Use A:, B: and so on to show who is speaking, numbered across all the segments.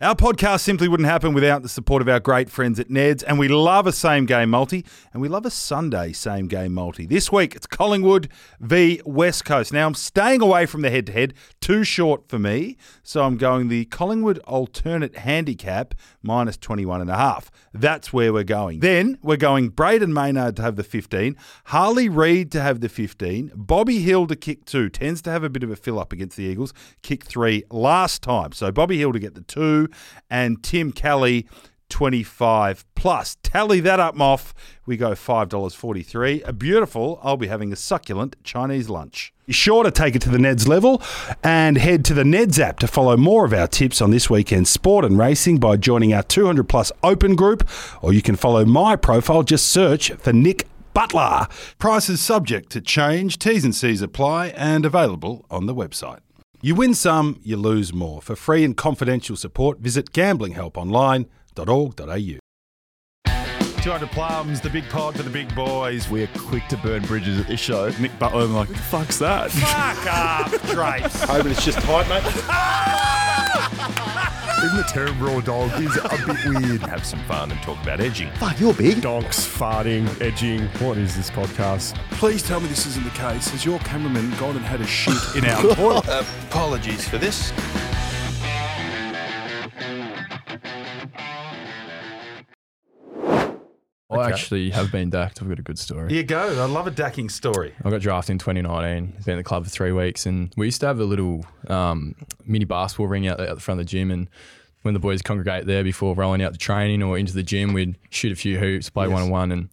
A: Our podcast simply wouldn't happen without the support of our great friends at Ned's, and we love a same game multi, and we love a Sunday same game multi. This week it's Collingwood v West Coast. Now I'm staying away from the head to head, too short for me, so I'm going the Collingwood alternate handicap minus 21 and a half. That's where we're going. Then we're going Braden Maynard to have the 15, Harley Reid to have the 15, Bobby Hill to kick two, tends to have a bit of a fill up against the Eagles, kick three last time. So Bobby Hill to get the two, and Tim Kelly 25 plus. Tally that up, Moff. We go $5.43. A beautiful, I'll be having a succulent Chinese lunch.
B: Be sure to take it to the Neds level and head to the Neds app to follow more of our tips on this weekend's sport and racing by joining our 200 plus open group, or you can follow my profile. Just search for Nick Butler.
A: Prices subject to change, T's and C's apply, and available on the website.
B: You win some, you lose more. For free and confidential support, visit gamblinghelponline.org.au.
A: 200 plums, the big pod for the big boys.
C: We're quick to burn bridges at this show.
A: Nick Butler, I'm like,
C: Fuck's that.
A: fuck up, drapes.
D: Hoping it's just tight, mate.
C: Even the term raw dog is a bit weird.
E: have some fun and talk about edging.
C: Fuck, you're big.
E: Donks, farting, edging. What is this podcast?
F: Please tell me this isn't the case. Has your cameraman gone and had a shit?
A: In our toilet.
D: Apologies for this.
G: I actually have been dacked. I've got a good story.
A: Here you go. I love a dacking story.
G: I got drafted in 2019. Been at the club for three weeks, and we used to have a little um, mini basketball ring out at the front of the gym. And when the boys congregate there before rolling out to training or into the gym, we'd shoot a few hoops, play one on one. And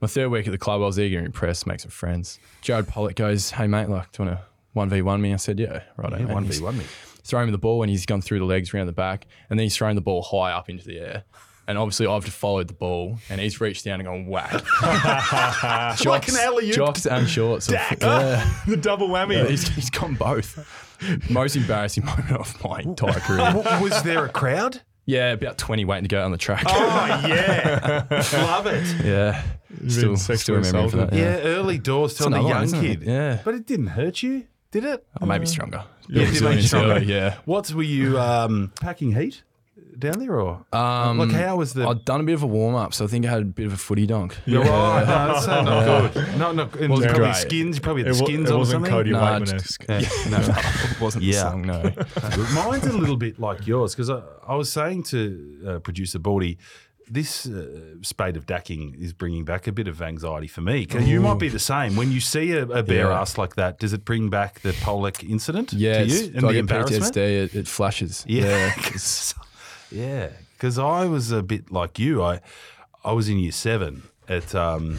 G: my third week at the club, I was eager to impress, make some friends. Jared Pollitt goes, "Hey mate, like, do you want to one v one me?" I said, "Yeah, right."
A: Yeah, 1v1 me.
G: throwing him the ball and he's gone through the legs around the back and then he's throwing the ball high up into the air. And obviously I've followed the ball and he's reached down and gone whack. jocks,
A: Like an alley-oop.
G: jocks and shorts. Yeah.
A: The double whammy.
G: He's, he's gone both. Most embarrassing moment of my entire career.
A: Was there a crowd?
G: Yeah, about 20 waiting to go on the track.
A: Oh yeah, love it.
G: Yeah. Still, still remember for that.
A: Yeah,
G: Yeah.
A: early doors telling the
G: another one,
A: young
G: isn't it?
A: kid.
G: Yeah.
A: but it didn't hurt you, did it?
G: Or maybe stronger.
A: Yeah, it did make you
G: Resilience,
A: stronger.
G: Yeah.
A: What were you um, packing heat down there, or
G: Um,
A: like how was the?
G: I'd done a bit of a warm up, so I think I had a bit of a footy donk.
A: You're right. No, it's so not good. No, no. And
G: Wasn't
A: probably
G: great.
A: skins. You probably
E: It,
A: had
E: wa-
A: skins
E: it
A: or
E: wasn't
A: something.
E: Cody
G: Nah,
E: Whiteman
G: just- No, it wasn't the
A: Yeah.
G: song, no.
A: Mine's a little bit like yours because I, I was saying to uh, producer Baldy, this uh, spade of dacking is bringing back a bit of anxiety for me. 'Cause you might be the same. When you see a, a bare
G: Yeah.
A: ass like that, does it bring back the Pollock incident
G: Yeah,
A: to you
G: it's-
A: and
G: I
A: the
G: get
A: embarrassment?
G: PTSD. It, it flashes.
A: Yeah,
G: it's-
A: yeah. Because I was a bit like you. I I was in year seven at um,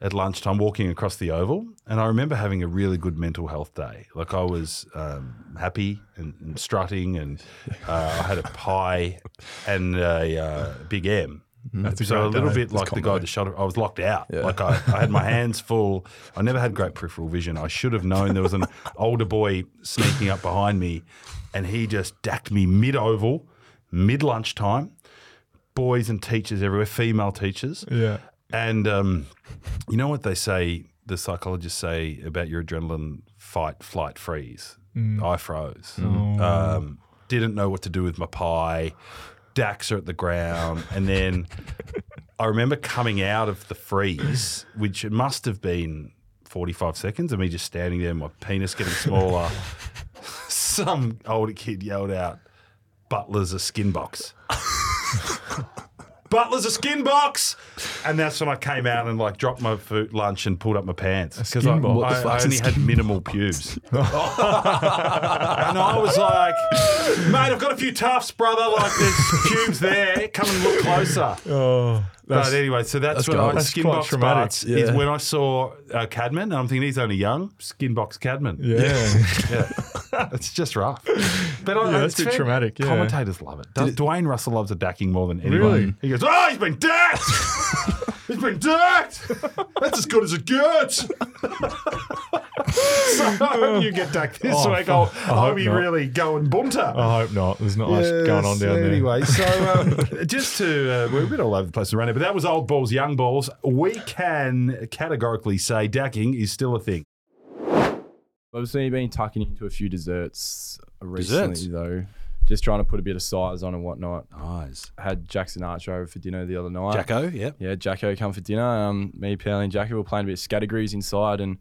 A: at lunchtime walking across the oval, and I remember having a really good mental health day. Like I was um, happy and, and strutting, and uh, I had a pie and a uh, big M. so a little bit like the guy that shot. I was locked out. Like I, I had my hands full. I never had great peripheral vision. I should have known there was an older boy sneaking up behind me, and he just dacked me mid oval, mid lunchtime boys and teachers everywhere, female teachers.
E: Yeah.
A: And um, you know what they say, the psychologists say about your adrenaline fight, flight, freeze? I froze. Um, didn't know what to do with my pie. Dax are at the ground. And then I remember coming out of the freeze, which it must have been 45 seconds of me just standing there, my penis getting smaller. Some older kid yelled out, Butler's a skin box. Butler's a skin box. And that's when I came out and like dropped my food, lunch and pulled up my pants. Because I,
E: skin box?
A: I-
G: What the
A: I
G: fuck's a
A: only had minimal pubes. and I was like, mate, I've got a few tufts, brother. Like there's pubes there. Come and look closer.
E: Oh, that's,
A: But anyway, so that's,
G: that's
A: when
G: quite-
A: I
G: that's
A: skin
E: quite
A: box
E: traumatic.
A: Barts is
G: Yeah.
A: when I saw uh, Cadman, and I'm thinking he's only young. Skin box Cadman.
E: yeah.
A: Yeah. it's just rough. But I,
E: Yeah, that's
A: it's
E: a bit
A: fair-
E: traumatic, yeah.
A: Commentators love it. Does, Dwayne Russell loves a dacking more than anyone.
E: Really?
A: He goes, "Oh, he's been dacked. he's been dacked. That's as good as it gets." so you get dacked this
E: Oh,
A: week,
E: fuck.
A: I'll,
E: I
A: I'll
E: hope
A: be
E: not.
A: really going bunter.
E: I hope not. There's not much going on
A: Yes,
E: down there.
A: Anyway, so um, just to uh, we're a bit all over the place around it, but that was old balls, young balls. We can categorically say dacking is still a thing.
G: I've seen been tucking into a few desserts uh, recently,
A: Desserts?
G: though. just trying to put a bit of size on and whatnot.
F: Eyes.
G: Had Jackson Archer over for dinner the other night.
H: Jacko, yep.
G: Yeah, Jacko come for dinner. Um, me, Paulie, and Jacko were playing a bit of categories inside and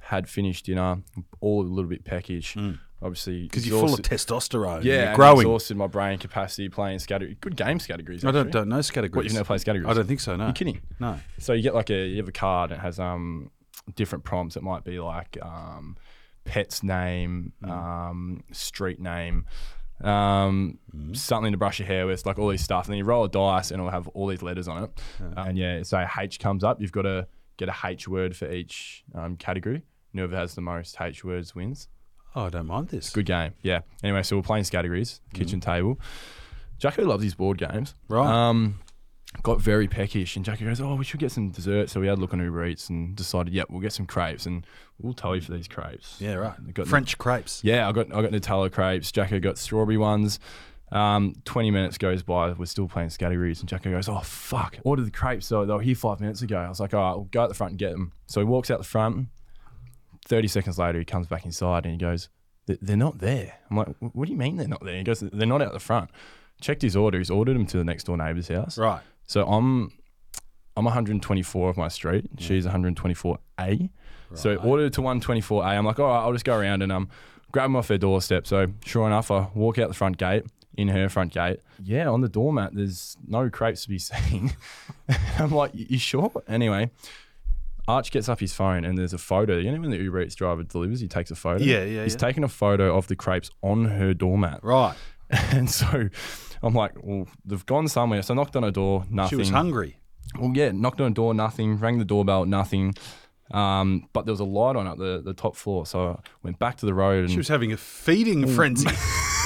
G: had finished dinner, all a little bit peckish. Obviously,
H: Because you're full of
G: exhausted-
H: testosterone.
G: yeah, and
F: growing.
G: exhausted my brain capacity playing category. Good game categories.
F: I don't,
G: actually.
F: don't know categories.
G: What you've never played categories?
F: I don't think so. No.
G: You're kidding.
F: No.
G: So you get like a you have a card and it has um different prompts. It might be like um pet's name, um street name, um something to brush your hair with, like all these stuff. And then you roll a dice and it'll have all these letters on it. And yeah, so H comes up. You've got to get a H word for each um, category. And Whoever has the most H words wins.
F: Oh, I don't mind this.
G: Good game. Yeah. Anyway, so we're playing categories, kitchen table. Jacko loves his board games.
F: Right.
G: Um, got very peckish, and Jacko goes, "Oh, we should get some dessert." So we had a look on Uber Eats and decided, "Yep, we'll get some crepes, and we'll tell you for these crepes."
F: Yeah, right.
G: I got-
F: French crepes.
G: Yeah, I got I got Nutella crepes. Jacko got strawberry ones. Um, Twenty minutes goes by. We're still playing categories, and Jacko goes, "Oh fuck! Ordered the crepes, so they were here five minutes ago." I was like, "All right, we'll go out the front and get them." So he walks out the front. Thirty seconds later, he comes back inside and he goes, "They- "They're not there." I'm like, "Wh- "What do you mean they're not there?" He goes, "They're not out the front." Checked his order. He's ordered them to the next door neighbour's house.
F: Right.
G: So I'm I'm 124 of my street. She's 124A. So ordered to 124A. I'm like, all right, I'll just go around and um grab them off her doorstep. So sure enough, I walk out the front gate, in her front gate. Yeah, on the doormat, there's no crepes to be seen. I'm like, "You- you sure? Anyway. Arch gets up his phone and there's a photo. You know when the Uber Eats driver delivers, he takes a photo.
F: Yeah, yeah,
G: He's
F: yeah.
G: taken a photo of the crepes on her doormat.
F: Right.
G: And so I'm like, well, they've gone somewhere. So I knocked on her door,
F: She
G: nothing.
F: was hungry.
G: Well, yeah, knocked on a door, nothing. Rang the doorbell, nothing. Um, but there was a light on at the, the top floor, so I went back to the road. And
F: She was having a feeding
G: Mm.
F: frenzy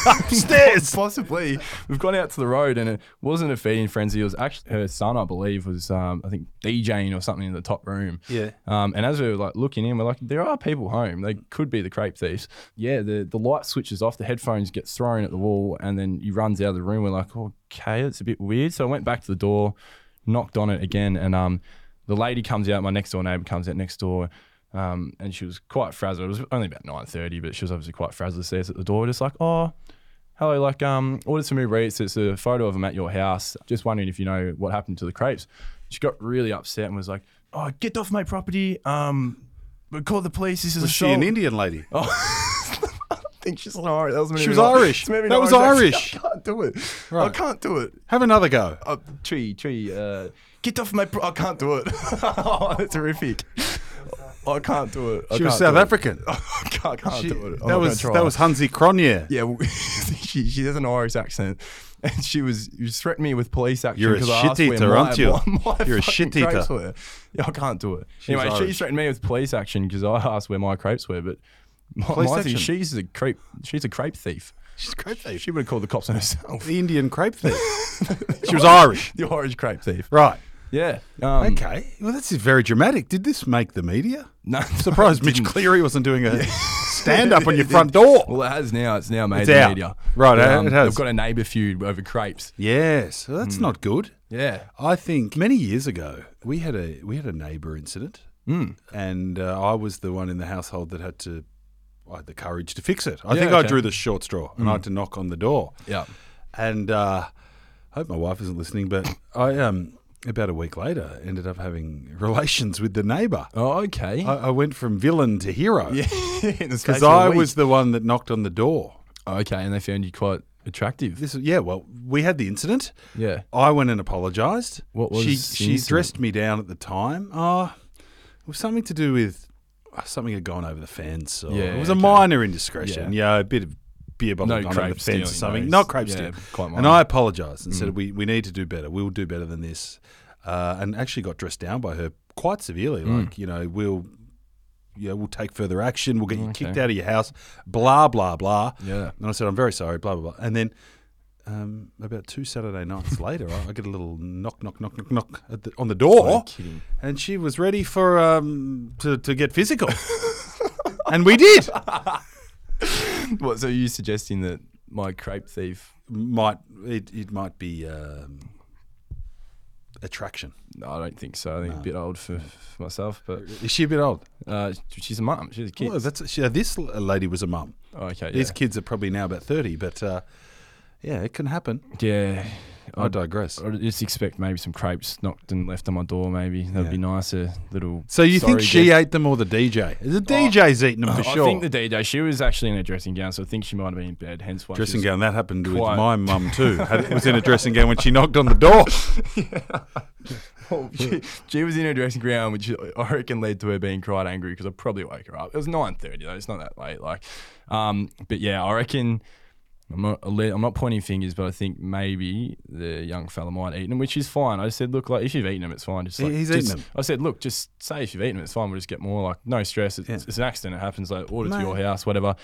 F: upstairs.
G: possibly we've gone out to the road, and it wasn't a feeding frenzy. It was actually her son, I believe, was um, I think DJing or something in the top room.
F: Yeah.
G: Um, and as we were like looking in, we're like, there are people home. They could be the crepe thieves. Yeah. The the light switches off. The headphones get thrown at the wall, and then he runs out of the room. We're like, okay, that's a bit weird. So I went back to the door, knocked on it again, and um, the lady comes out. My next door neighbor comes out next door. Um, and she was quite frazzled. It was only about nine thirty, but she was obviously quite frazzled. Says at the door, just like, "Oh, hello, like, um, ordered some Uber Eats. It's a photo of them at your house. Just wondering if you know what happened to the crepes. She got really upset and was like, "Oh, get off my property! Um, we call the police. This is
F: Was
G: a
F: she
G: assault."
F: an Indian lady?
G: I think she's an Irish. That was
F: She was Irish. That was Irish.
G: I can't do it. I
F: Right.
G: can't do it.
F: Have another go.
G: Uh, tree, tree. Uh, get off my. Pro- I can't do it. oh, that's horrific. I can't do it. I
F: She was
G: can't
F: South
G: do it.
F: African.
G: I can't, can't
F: She-
G: do it. I'm not
F: that
G: gonna
F: was
G: try.
F: that was Hansi Cronje.
G: Yeah, well, she, she has an Irish accent, and she was, she was threatening me with police action.
F: You're a
G: 'cause I asked
F: shit
G: where
F: eater,
G: my-
F: aren't you?
G: my- my
F: You're a
G: fucking
F: shit eater.
G: crepes were. Yeah, I can't do it. anyway, she
F: Irish.
G: threatened me with police action because I asked where my crepes were, but my,
F: Police
G: my thing-
F: action?
G: she's a crepe, she's a crepe thief.
F: She's a crepe thief.
G: She would have called the cops on herself.
F: The Indian crepe thief. she was Irish.
G: The Irish crepe thief.
F: Right.
G: Yeah. Um,
F: Okay. Well, that's very dramatic. Did this make the media?
G: No,
F: Surprised Mitch Cleary wasn't doing a stand up on your front door.
G: Well, it has now. It's now made
F: It's
G: the
F: out.
G: media.
F: Right,
G: But, um,
F: it has.
G: They've got a neighbour feud over crepes.
F: Yes, well, that's not good.
G: Yeah.
F: I think many years ago we had a we had a neighbour incident, and uh, I was the one in the household that had to. I had the courage to fix it. I
G: Yeah,
F: think I
G: okay.
F: drew the short straw, and I had to knock on the door.
G: Yeah.
F: and uh, I hope my wife isn't listening, but I um about a week later ended up having relations with the neighbour.
G: Oh, okay.
F: I, I went from villain to hero because
G: Because
F: I was the one that knocked on the door.
G: Oh, Okay, and they found you quite attractive.
F: This yeah, well, we had the incident.
G: Yeah.
F: I went and apologised.
G: What was
F: she?
G: the
F: She
G: incident?
F: dressed me down at the time. Ah, it was something to do with uh, something had gone over the fence. Or,
G: Yeah,
F: it was a
G: okay.
F: minor indiscretion. Yeah,
G: Yeah.
F: a bit of beer bottle
G: No
F: gone over the
G: crepe
F: fence or
G: stealing,
F: something.
G: no.
F: Not crepe
G: Yeah,
F: stealing.
G: quite
F: and
G: minor. Mm.
F: I apologised and said we we need to do better. We'll do better than this. Uh, and actually got dressed down by her quite severely.
G: Mm.
F: Like you know we'll. Yeah, we'll take further action. We'll get you kicked out of your house. Blah blah blah.
G: Yeah.
F: And I said, I'm very sorry, blah, blah, blah. And then um, about two Saturday nights later, I, I get a little knock, knock, knock, knock, knock at the, on the door.
G: kidding.
F: And she was ready for um, to, to get physical. and we did.
G: What? So are you suggesting that my crepe thief?
F: Might It, it might be um, attraction.
G: No, I don't think so. I think a bit old for, for myself, but
F: Is she a bit old?
G: uh, she's a mum. She's a kid. Oh,
F: Well, that's, she, this lady was a mum.
G: okay.
F: These
G: Yeah.
F: kids are probably now about 30, but uh, Yeah, it can happen.
I: Yeah.
F: I digress.
I: I just expect maybe some crepes knocked and left on my door. Maybe that'd be nice. A little.
F: So you think
I: sorry
F: she
I: gift.
F: ate them or the DJ? The DJ's eating them for
I: I
F: sure.
I: think the DJ. She was actually in a dressing gown, so I think she might have been in bed. Hence why.
F: dressing
I: she's-
F: gown. That happened with
I: Quite-
F: my mum too. Had- It was in a dressing gown when she knocked on the door.
G: Oh, she, she was in her dressing gown, which I reckon led to her being quite angry because I probably woke her up. It was nine thirty though; it's not that late. Like, um, but yeah, I reckon I'm not alle- I'm not pointing fingers, but I think maybe the young fella might eat them, which is fine. I said, look, like if you've eaten them, it's fine. Just
F: He-
G: like,
F: he's eaten
G: just,
F: them.
G: I said, look, just say if you've eaten them, it's fine. We'll just get more. Like, no stress. It's, it's an accident. It happens. Like, order to
F: Mate.
G: your house, whatever.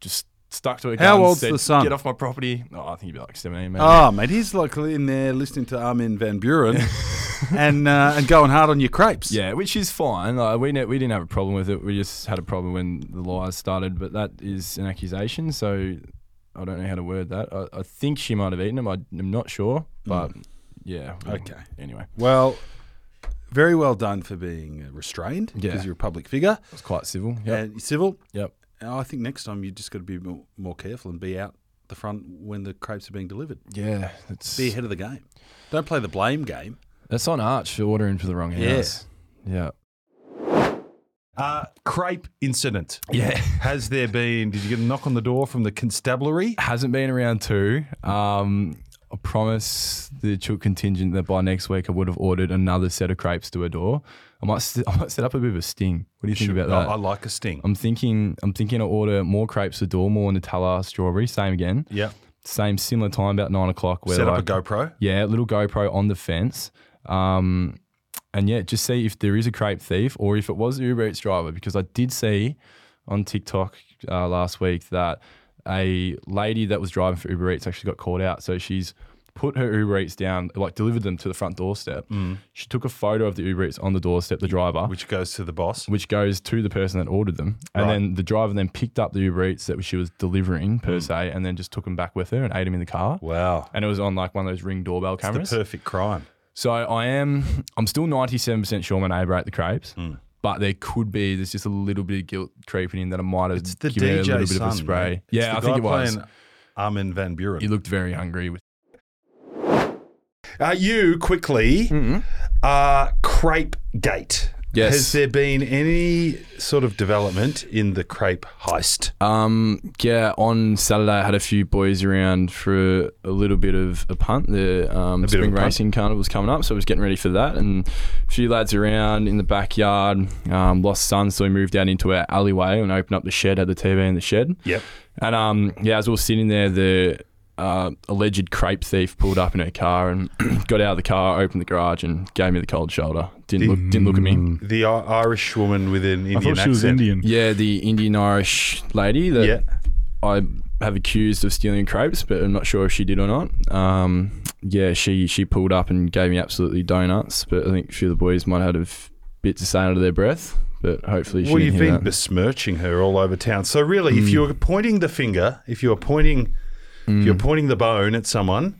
G: Just stuck to it.
F: How old's the son?
G: Get off my property. Oh, I think he'd be like seventeen, maybe.
F: Ah, mate, he's like in there listening to Armin van Buren and uh, and going hard on your crepes.
G: Yeah, which is fine. Like, we ne- we didn't have a problem with it. We just had a problem when the lies started. But that is an accusation, so I don't know how to word that. I, I think she might have eaten them. I, am not sure, but yeah. well,
F: Okay.
G: Anyway,
F: Well, very well done for being uh, restrained because
G: Yeah.
F: you're a public figure
G: it's quite civil. Yep.
F: and you're civil.
G: Yep.
F: And I think next time you just got to be more, more careful and be out the front when the crepes are being delivered.
G: Yeah. It's,
F: Be ahead of the game. Don't play the blame game.
G: that's on Arch for ordering for the wrong
F: Yeah.
G: house. Yeah.
A: Uh, crepe incident.
G: Yeah.
A: Has there been? Did you get a knock on the door from the constabulary?
G: Hasn't been around two. Um, I promise the Chook contingent that by next week I would have ordered another set of crepes to her door. I might, st- I might set up a bit of a sting. What do you think about that?
A: Oh, I like a sting.
G: I'm thinking I'm thinking I order more crepes with Dormore, Nutella, strawberry, same again.
A: Yeah.
G: Same similar time, about nine o'clock. Where
A: Set up
G: like-
A: a GoPro.
G: Yeah, little GoPro on the fence. Um, and yeah, just see if there is a crepe thief or if it was the Uber Eats driver, because I did see on TikTok uh, last week that a lady that was driving for Uber Eats actually got called out. So she's put her Uber Eats down, like delivered them to the front doorstep.
A: Mm.
G: She took a photo of the Uber Eats on the doorstep, the driver
A: Which goes to the boss.
G: which goes to the person that ordered them. And then the driver then picked up the Uber Eats that she was delivering per se, and then just took them back with her and ate them in the car.
A: Mm. Wow.
G: And it was on like one of those ring doorbell cameras.
A: Perfect crime.
G: so I am, I'm still 97% sure my neighbor ate the crepes,
A: Mm.
G: but there could be, there's just a little bit of guilt creeping in that I might have
A: the
G: given her a
A: DJ
G: little bit of a
A: son,
G: spray.
A: mate. It's
G: Yeah,
A: the
G: I think
A: guy
G: it was.
A: playing Armin van Buren.
G: He looked very hungry. With
A: Uh, you quickly uh, crepe gate.
G: Mm-hmm. Yes.
A: Has there been any sort of development in the crepe heist?
G: Um, yeah, on Saturday I had a few boys around for a little bit of a punt. The um,
A: of a
G: spring
A: punt.
G: racing carnival was coming up, so I was getting ready for that. And a few lads around in the backyard, um, lost sun, so we moved out into our alleyway and opened up the shed, had the TV in the shed.
A: Yep.
G: And um, yeah, as we were sitting there, the uh, alleged crepe thief pulled up in her car and got out of the car, opened the garage, and gave me the cold shoulder. Didn't look, didn't look at me.
A: The I- Irish woman with an Indian
C: I thought she
A: accent.
C: was Indian.
G: Yeah, the Indian Irish lady that
A: Yeah.
G: I have accused of stealing crepes, but I'm not sure if she did or not. Um, yeah, she she pulled up and gave me absolutely donuts, but I think a few of the boys might have had a f- bit to say under their breath, but hopefully she
A: Well,
G: didn't
A: you've
G: hear
A: been
G: that.
A: besmirching her all over town. So really,
G: Hmm.
A: if you're pointing the finger, if you're pointing, if
G: Hmm.
A: you're pointing the bone at someone,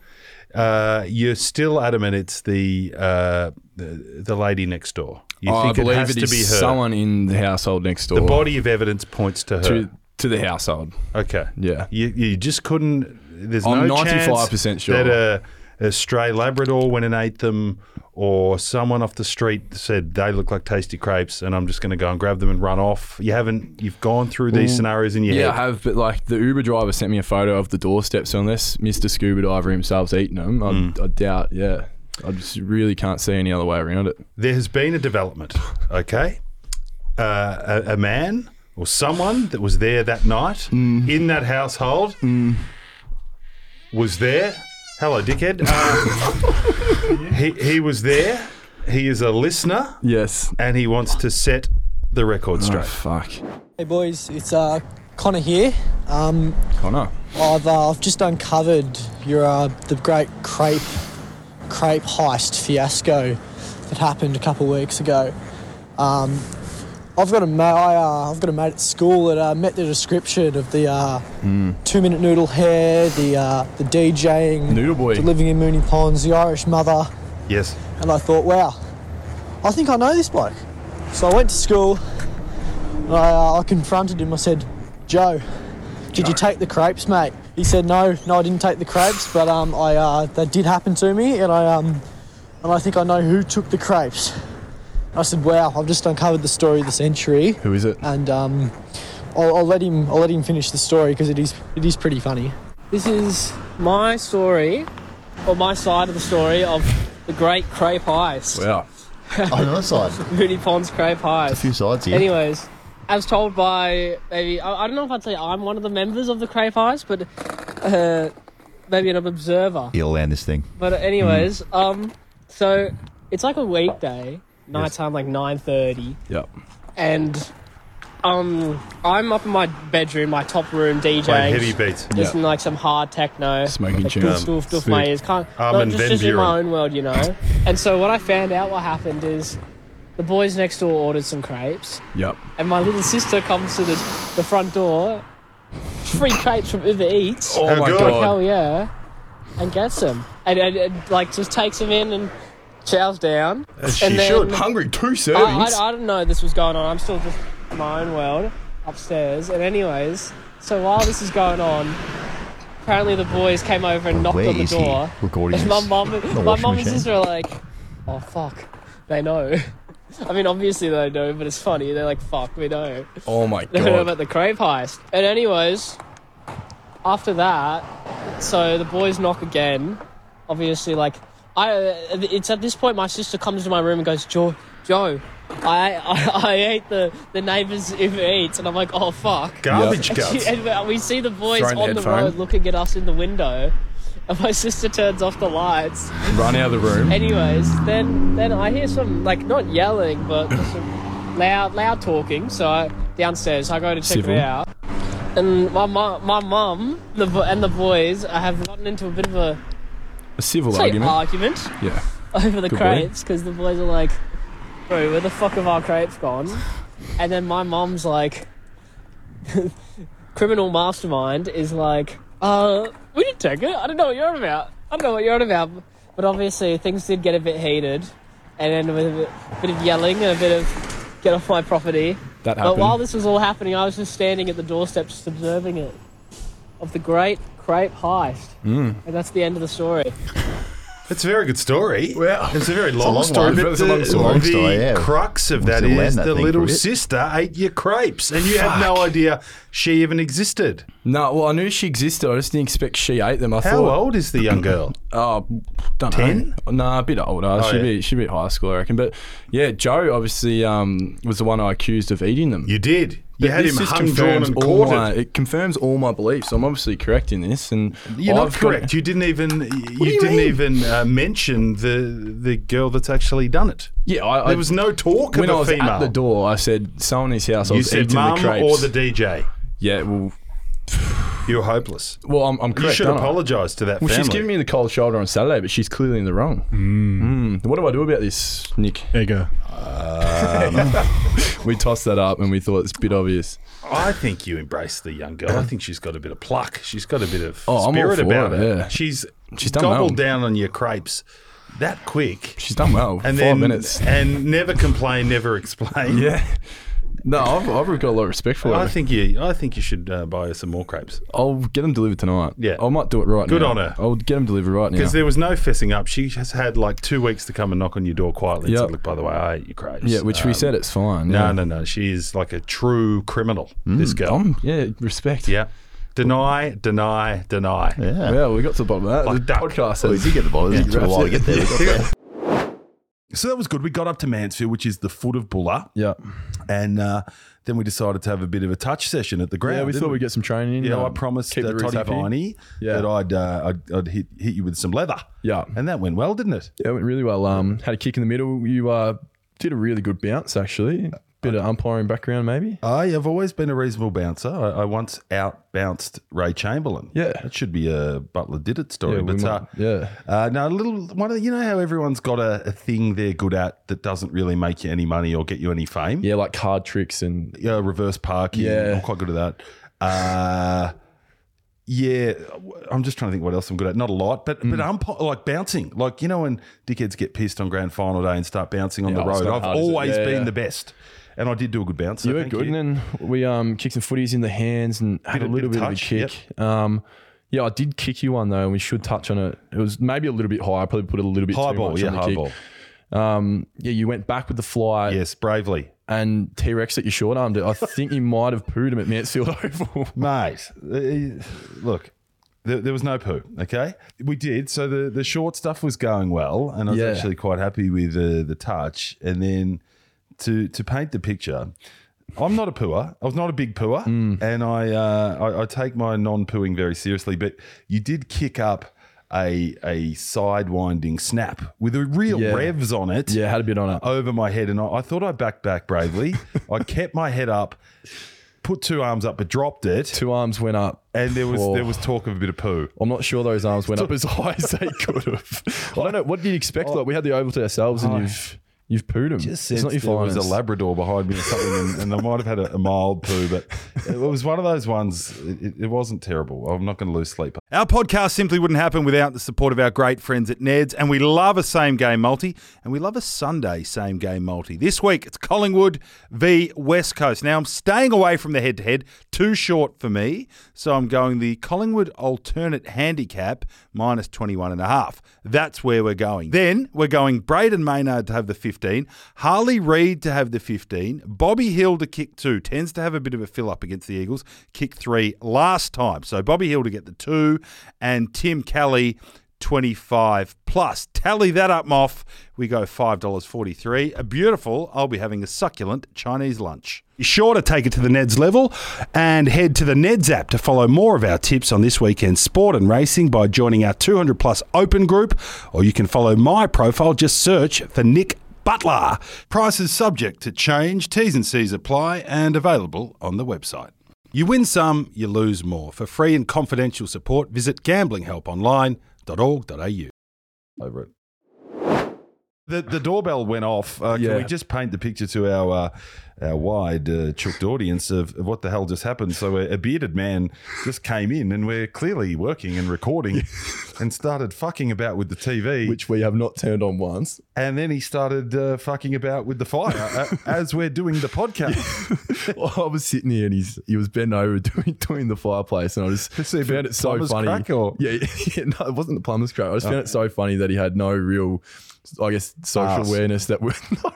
A: uh, you're still adamant it's the uh, the, the lady next door. You
G: Oh, I
A: think it
G: believe
A: has
G: it
A: to
G: is
A: be her.
G: someone in the household next door.
A: the body of evidence points to her.
G: to, to the household.
A: okay.
G: Yeah.
A: You, you just couldn't. There's
G: I'm
A: no
G: 95%
A: chance
G: sure.
A: that a, a stray Labrador went and ate them, or someone off the street said they look like tasty crepes, and I'm just going to go and grab them and run off. You haven't. You've gone through these scenarios in your
G: Mm. Yeah, I
A: head.
G: have, but like the Uber driver sent me a photo of the doorstep, so unless Mr. Scuba Diver himself's eaten them, I,
A: Hmm.
G: I doubt, yeah. I just really can't see any other way around it.
A: There has been a development. Okay, uh, a, a man or someone that was there that night in that household was there. Hello, dickhead. Uh, he, he was there. He is a listener.
G: Yes.
A: and he wants to set the record
G: Oh,
A: straight.
G: fuck.
J: Hey boys, it's uh, Connor here. Um,
G: Connor.
J: I've, uh, I've just uncovered your uh, the great crepe crepe heist fiasco that happened a couple of weeks ago. Um, I've got a mate. I, uh, I've got a mate at school that uh, met the description of the uh,
G: Hmm.
J: two minute noodle hair, the uh, the DJing,
G: Noodle boy.
J: the living in Mooney Ponds, the Irish mother,
A: Yes.
J: and I thought, wow, I think I know this bloke. So I went to school and I, uh, I confronted him. I said, Joe, did you take the crepes, mate? He said, no, no, I didn't take the crepes, but um, I uh, that did happen to me, and I um, and I think I know who took the crepes. I said, wow, I've just uncovered the story of the century,
G: Who is
K: Uh,
G: it?
J: and um, I'll, I'll let him I'll let him finish the story because it is it is pretty funny.
K: This is my story, or my side of the story of the great crepe heist.
G: Wow.
C: Oh, another side.
K: Mooney Pond's crepe heist.
C: A few sides here.
K: Anyways, I was told by maybe I, I don't know if I'd say I'm one of the members of the Crave Eyes, but uh, maybe an observer.
C: He'll land this thing. Mm.
K: But anyways, um, so it's like a weekday, nighttime, like nine thirty.
G: Yep.
K: And um, I'm up in my bedroom, my top room, DJing,
A: Playing heavy beats.
K: listening to, like some hard techno,
G: Smoking
K: like,
G: tunes.
K: doof, doof, doof
G: Sweet.
K: my ears, can't
A: Armin
K: like,
A: Van
K: just, just in my
A: Buren.
K: own world, you know. and so what I found out, what happened is, the boys next door ordered some crepes,
G: Yep.
K: and my little sister comes to the, the front door, free crepes from Uber Eats.
G: Oh
A: How
G: my
A: good.
G: god.
K: Hell yeah. And gets him. And, and, and, like just takes him in and chows down. and then
G: Hungry two
K: I, Uh, I,
G: servings.
K: I didn't know this was going on. I'm still just in my own world upstairs. And anyways, so while this is going on, apparently the boys came over and knocked
C: Where
K: on the
C: is he?
K: door.
C: Recording
K: And my
C: this.
K: mum,
C: The
K: my
C: washing
K: mum and
C: machine.
K: sister are like, oh fuck, they know. I mean, obviously they know, but it's funny. They're like, fuck, we know.
G: oh my
K: They know
G: god.
K: about the crave heist. And anyways, after that, so the boys knock again. Obviously, like I, it's at this point my sister comes to my room and goes, Joe, Joe, I, I, I ate the the neighbors Uber Eats, and I'm like, oh fuck.
A: Garbage
K: And,
A: guts.
K: she, and we see the boys
G: Thrown the
K: on the
G: headphone.
K: road looking at us in the window. And my sister turns off the lights.
G: Run out of the room.
K: Anyways, then then I hear some like not yelling, but just some loud loud talking. So I, downstairs, I go to check
G: Civil.
K: it out, and my mum, my mum, the bo- and the boys I have gotten into a bit of a
G: A civil
K: say,
G: argument.
K: argument
G: yeah.
K: over the
G: Good boy.
K: crepes because the boys are like, "Bro, where the fuck have our crepes gone?" And then my mum's like, "Criminal mastermind is like, uh, we didn't take it. I don't know what you're on about. I don't know what you're on about." But obviously, things did get a bit heated, and then with a bit- bit of yelling and a bit of get off my property.
G: That
K: But
G: happened.
K: while this was all happening, I was just standing at the doorstep, just observing it of the great crepe heist,
G: Hmm.
K: and that's the end of the story.
A: It's a very good story.
G: Wow.
A: It's a very long,
C: long
A: story.
C: one.
A: But
C: It's
A: the,
C: a long story.
A: the
C: Long story, yeah.
A: crux of
C: We'll
A: that
C: still
A: is
C: land that
A: the
C: thing for
A: little
C: a bit.
A: sister ate your crepes, and you had no idea she even existed.
G: no, well, I knew she existed. I just didn't expect she ate them. I
A: How
G: thought,
A: old is the young girl?
G: Oh, don't
A: 10?
G: know. Nah, a bit older. she'd
A: Oh, yeah.
G: be she'd be at high school, I reckon. But yeah, Joe obviously um, was the one I accused of eating them.
A: You did. You
G: But
A: had
G: this
A: him
G: just
A: hung, drawn,
G: confirms
A: and
G: all
A: quartered.
G: my- it confirms all my beliefs. I'm obviously correct in this, and
A: You're not
G: I've got-
A: correct. You didn't even you,
G: do you
A: didn't
G: mean?
A: even uh, mention the the girl that's actually done it.
G: yeah, I, I,
A: There was no talk
G: when
A: of a
G: I was
A: female.
G: at the door. I said, "Someone in this house." I
A: you
G: was
A: said
G: eating
A: mum
G: the crepes.
A: or the DJ.
G: yeah. Well,
A: You're hopeless.
G: well, I'm, I'm
A: You
G: correct.
A: should
G: aren't I?
A: apologise to that
G: Well,
A: family.
G: she's giving me the cold shoulder on Saturday, but she's clearly in the wrong. Mm. What do I do about this, Nick?
E: There you go.
G: We tossed that up, and we thought it's a bit obvious.
A: I think you embrace the young girl. I think she's got a bit of pluck. She's got a bit of
G: Oh, I'm all
A: spirit
G: for
A: about
G: it,
A: her.
G: yeah.
A: She's
G: She's done
A: gobbled
G: well.
A: down on your crepes that quick,
G: She's done well.
A: and
G: Five
A: then
G: minutes.
A: and never complain, never explain.
G: Yeah. No, I've, I've got a lot of respect for her.
A: I think you. I think you should uh, buy her some more crepes
G: I'll get them delivered tonight.
A: Yeah.
G: I might do it right
A: Good
G: now.
A: on her.
G: I'll get them delivered right now.
A: because there was no fessing up. She has had like two weeks to come and knock on your door quietly and
G: Yep.
A: said, "Look, by the way, I ate your crepes."
G: Yeah, which we
A: Um,
G: said it's fine.
A: No,
G: yeah.
A: no, no. She is like a true criminal. This girl.
G: Um, yeah, respect.
A: Yeah. Deny, deny, deny.
C: Yeah.
G: Well, we got to the bottom of that.
A: Like
G: the
A: duck.
G: podcast
C: Well, you
G: says
C: did get the bottom. It took a while to get there. We got there.
B: So that was good. We got up to Mansfield, which is the foot of Bulla,
G: Yeah.
B: and uh, then we decided to have a bit of a touch session at the ground.
G: Yeah, we
B: didn't
G: thought we'd get some training in.
B: You know, I
G: um,
B: promised
G: keep
B: uh,
G: the roots
B: Toddy
G: happy.
B: Viney
G: Yeah.
B: that I'd, uh, I'd, I'd hit, hit you with some leather.
G: Yeah.
B: And that went well, didn't it?
G: Yeah, it went really well. Um, had a kick in the middle. You uh, did a really good bounce, actually. Bit of umpiring background, maybe.
B: I have always been a reasonable bouncer. I, I once out bounced Ray Chamberlain.
G: Yeah.
B: That should be a Butler did it story.
G: Yeah, we
B: but
G: might-
B: uh,
G: yeah.
B: Uh, no, a little one of the, you know how everyone's got a, a thing they're good at that doesn't really make you any money or get you any fame.
G: Yeah, like card tricks and
B: Yeah, reverse parking.
G: Yeah.
B: I'm quite good at that. Uh, yeah, I'm just trying to think what else I'm good at. Not a lot, but but
G: Mm.
B: ump- like bouncing, like you know when dickheads get pissed on grand final day and start bouncing on
G: Yeah,
B: the
G: it's
B: road.
G: not
B: I've
G: hard, is it?
B: always
G: Yeah,
B: been
G: yeah.
B: the best, and I did do a good bounce. So
G: you were
B: thank
G: good.
B: you.
G: And then we um, kicked some footies in the hands and had
B: Bit
G: a
B: of-
G: little
B: bit
G: bit
B: of
G: of, a
B: touch,
G: kick. Um, Yeah, I did kick you one though, and we should touch on it. It was maybe a little bit high. I probably put a little bit
A: High
G: too
A: ball,
G: much
A: yeah,
G: on the
A: high
G: kick.
A: ball.
G: Um, yeah, you went back with the fly.
A: Yes, bravely.
G: And T Rex that you short armed it. I think you might have pooed him at Mansfield Oval.
A: Mate, eh, look, there, there was no poo, okay? We did. So the, the short stuff was going well, and I was
G: Yeah.
A: actually quite happy with the, the touch. And then to, to paint the picture, I'm not a pooer. I was not a big pooer,
G: Mm.
A: and I, uh, I I take my non pooing very seriously. But you did kick up a a sidewinding snap with a real
G: Yeah.
A: revs on it.
G: Yeah, had a bit on it.
A: over my head, and I, I thought I backed back bravely. I kept my head up, put two arms up, but dropped it.
G: Two arms went up,
A: And there was
G: Oh.
A: there was talk of a bit of poo.
G: I'm not sure those arms went up as high as they could have. I don't know. What did you expect? Like we had the oval to ourselves, and you've you've pooed them.
A: Just
G: it's
A: sensed
G: not your
A: there was a
G: finest.
A: Labrador behind me or something, and, and I might have had a, a mild poo, but it was one of those ones. It, it wasn't terrible. I'm not going to lose sleep. Our podcast simply wouldn't happen without the support of our great friends at Ned's, and we love a same game multi, and we love a Sunday same game multi. This week it's Collingwood v West Coast. Now I'm staying away from the head to head, too short for me, so I'm going the Collingwood alternate handicap minus 21 and a half. That's where we're going. Then we're going Braden Maynard to have the 15, Harley Reid to have the 15, Bobby Hill to kick two, tends to have a bit of a fill up against the Eagles, kick three last time. So Bobby Hill to get the two, and Tim Kelly 25 plus. Tally that up, Moff. We go $5.43. A beautiful, I'll be having a succulent Chinese lunch.
B: Be sure to take it to the Neds level and head to the Neds app to follow more of our tips on this weekend's sport and racing by joining our 200 plus open group, or you can follow my profile. Just search for Nick Butler.
F: Prices subject to change, T's and C's apply, and available on the website.
B: You win some, you lose more. For free and confidential support, visit gamblinghelponline.org.au.
A: over it. The, the doorbell went off. Uh, Can
G: Yeah.
A: we just paint the picture to our uh, our wide uh, chooked audience of, of what the hell just happened? So a, a bearded man just came in, and we're clearly working and recording, and started fucking about with the TV,
G: which we have not turned on once.
A: and then he started uh, fucking about with the fire uh, as we're doing the podcast.
G: I was sitting here and he's he was bending over doing doing the fireplace, and I just
A: See if
G: found it so
A: plumber's
G: funny.
A: crack or-
G: Yeah, yeah, no, it wasn't the plumber's crack. I just found it so funny that he had no real, I guess, social
A: Ass.
G: awareness that we're no,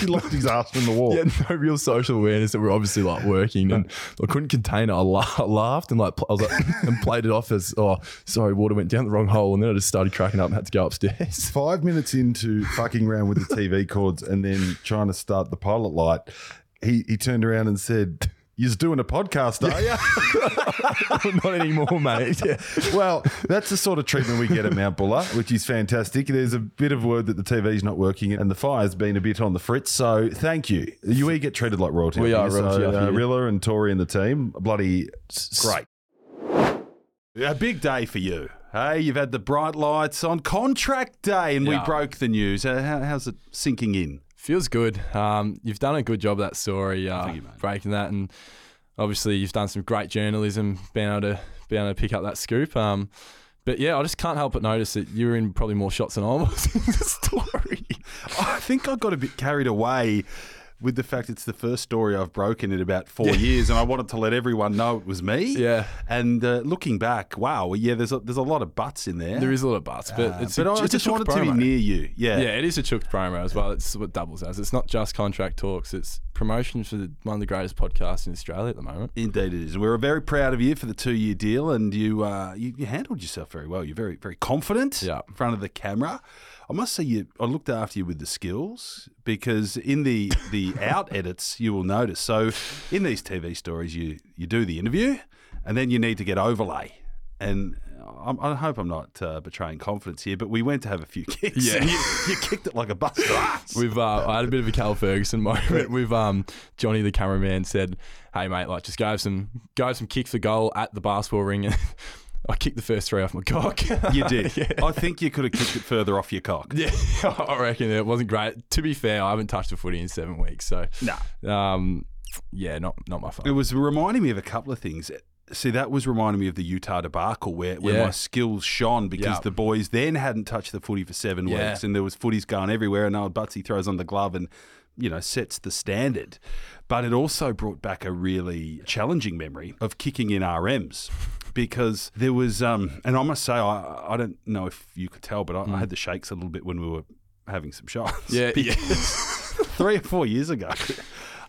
A: He locked his ass from the wall.
G: yeah, no real social awareness that we're obviously like working, and I couldn't contain it. I, la- I laughed and like pl- I was like and played it off as oh sorry, water went down the wrong hole, and then I just started cracking up and had to go upstairs.
A: Five minutes into fucking around with the TV cords and then trying to start the pilot light, he, he turned around and said, You're doing a podcast, are you?
G: Not anymore, mate. Yeah.
A: Well, that's the sort of treatment we get at Mount Buller, which is fantastic. There's a bit of word that the TV's not working and the fire's been a bit on the fritz. So thank you. You we get treated like royalty.
G: We are
A: So,
G: royalty up
A: uh,
G: here.
A: Rilla and Tori and the team, bloody great.
F: A big day for you. Hey, you've had the bright lights on contract day, and we
G: Yeah.
F: broke the news. Uh, how- how's it sinking in?
G: Feels good. Um, you've done a good job of that story, uh, breaking that, and obviously you've done some great journalism, being able to being able to pick up that scoop. Um, but yeah, I just can't help but notice that you were in probably more shots than I was in the story.
F: I think I got a bit carried away with the fact it's the first story I've broken in about four years, and I wanted to let everyone know it was me.
G: Yeah.
F: And uh, looking back, wow, yeah, there's a, there's a lot of butts in there. Uh,
G: There is a lot of buts, but it's
F: but
G: a,
F: I
G: it's a
F: just
G: chooked
F: wanted to be
G: promo.
F: near you. Yeah.
G: Yeah, it is a chooked promo as well. It's what doubles as. It's not just contract talks. It's promotion for the, one of the greatest podcasts in Australia at the moment.
F: Indeed, it is. We're very proud of you for the two-year deal, and you, uh, you you handled yourself very well. You're very very confident
G: Yeah.
F: in front of the camera. I must say, you I looked after you with the skills because in the the out edits you will notice. So in these TV stories, you you do the interview, and then you need to get overlay. And I'm, I hope I'm not uh, betraying confidence here, but we went to have a few kicks.
G: Yeah.
F: and you, you kicked it like a bus.
G: We've uh, I had a bit of a Cal Ferguson moment. We've um, Johnny the cameraman said, "Hey mate, like just go have some go have some kick for goal at the basketball ring." And I kicked the first three off my cock.
F: You did.
G: yeah.
F: I think you could have kicked it further off your cock.
G: Yeah, I reckon it wasn't great. To be fair, I haven't touched a footy in seven weeks, so um, yeah, not not my
F: It
G: fault.
F: was reminding me of a couple of things. See, that was reminding me of the Utah debacle where, where
G: Yeah.
F: my skills shone because
G: Yeah.
F: the boys then hadn't touched the footy for seven
G: Yeah.
F: weeks and there was footies going everywhere and old Butsy throws on the glove and you know sets the standard. But it also brought back a really challenging memory of kicking in RMs because there was, um, and I must say, I, I don't know if you could tell, but I, I had the shakes a little bit when we were having some shots.
G: Hmm. Yeah, yeah.
F: three or four years ago,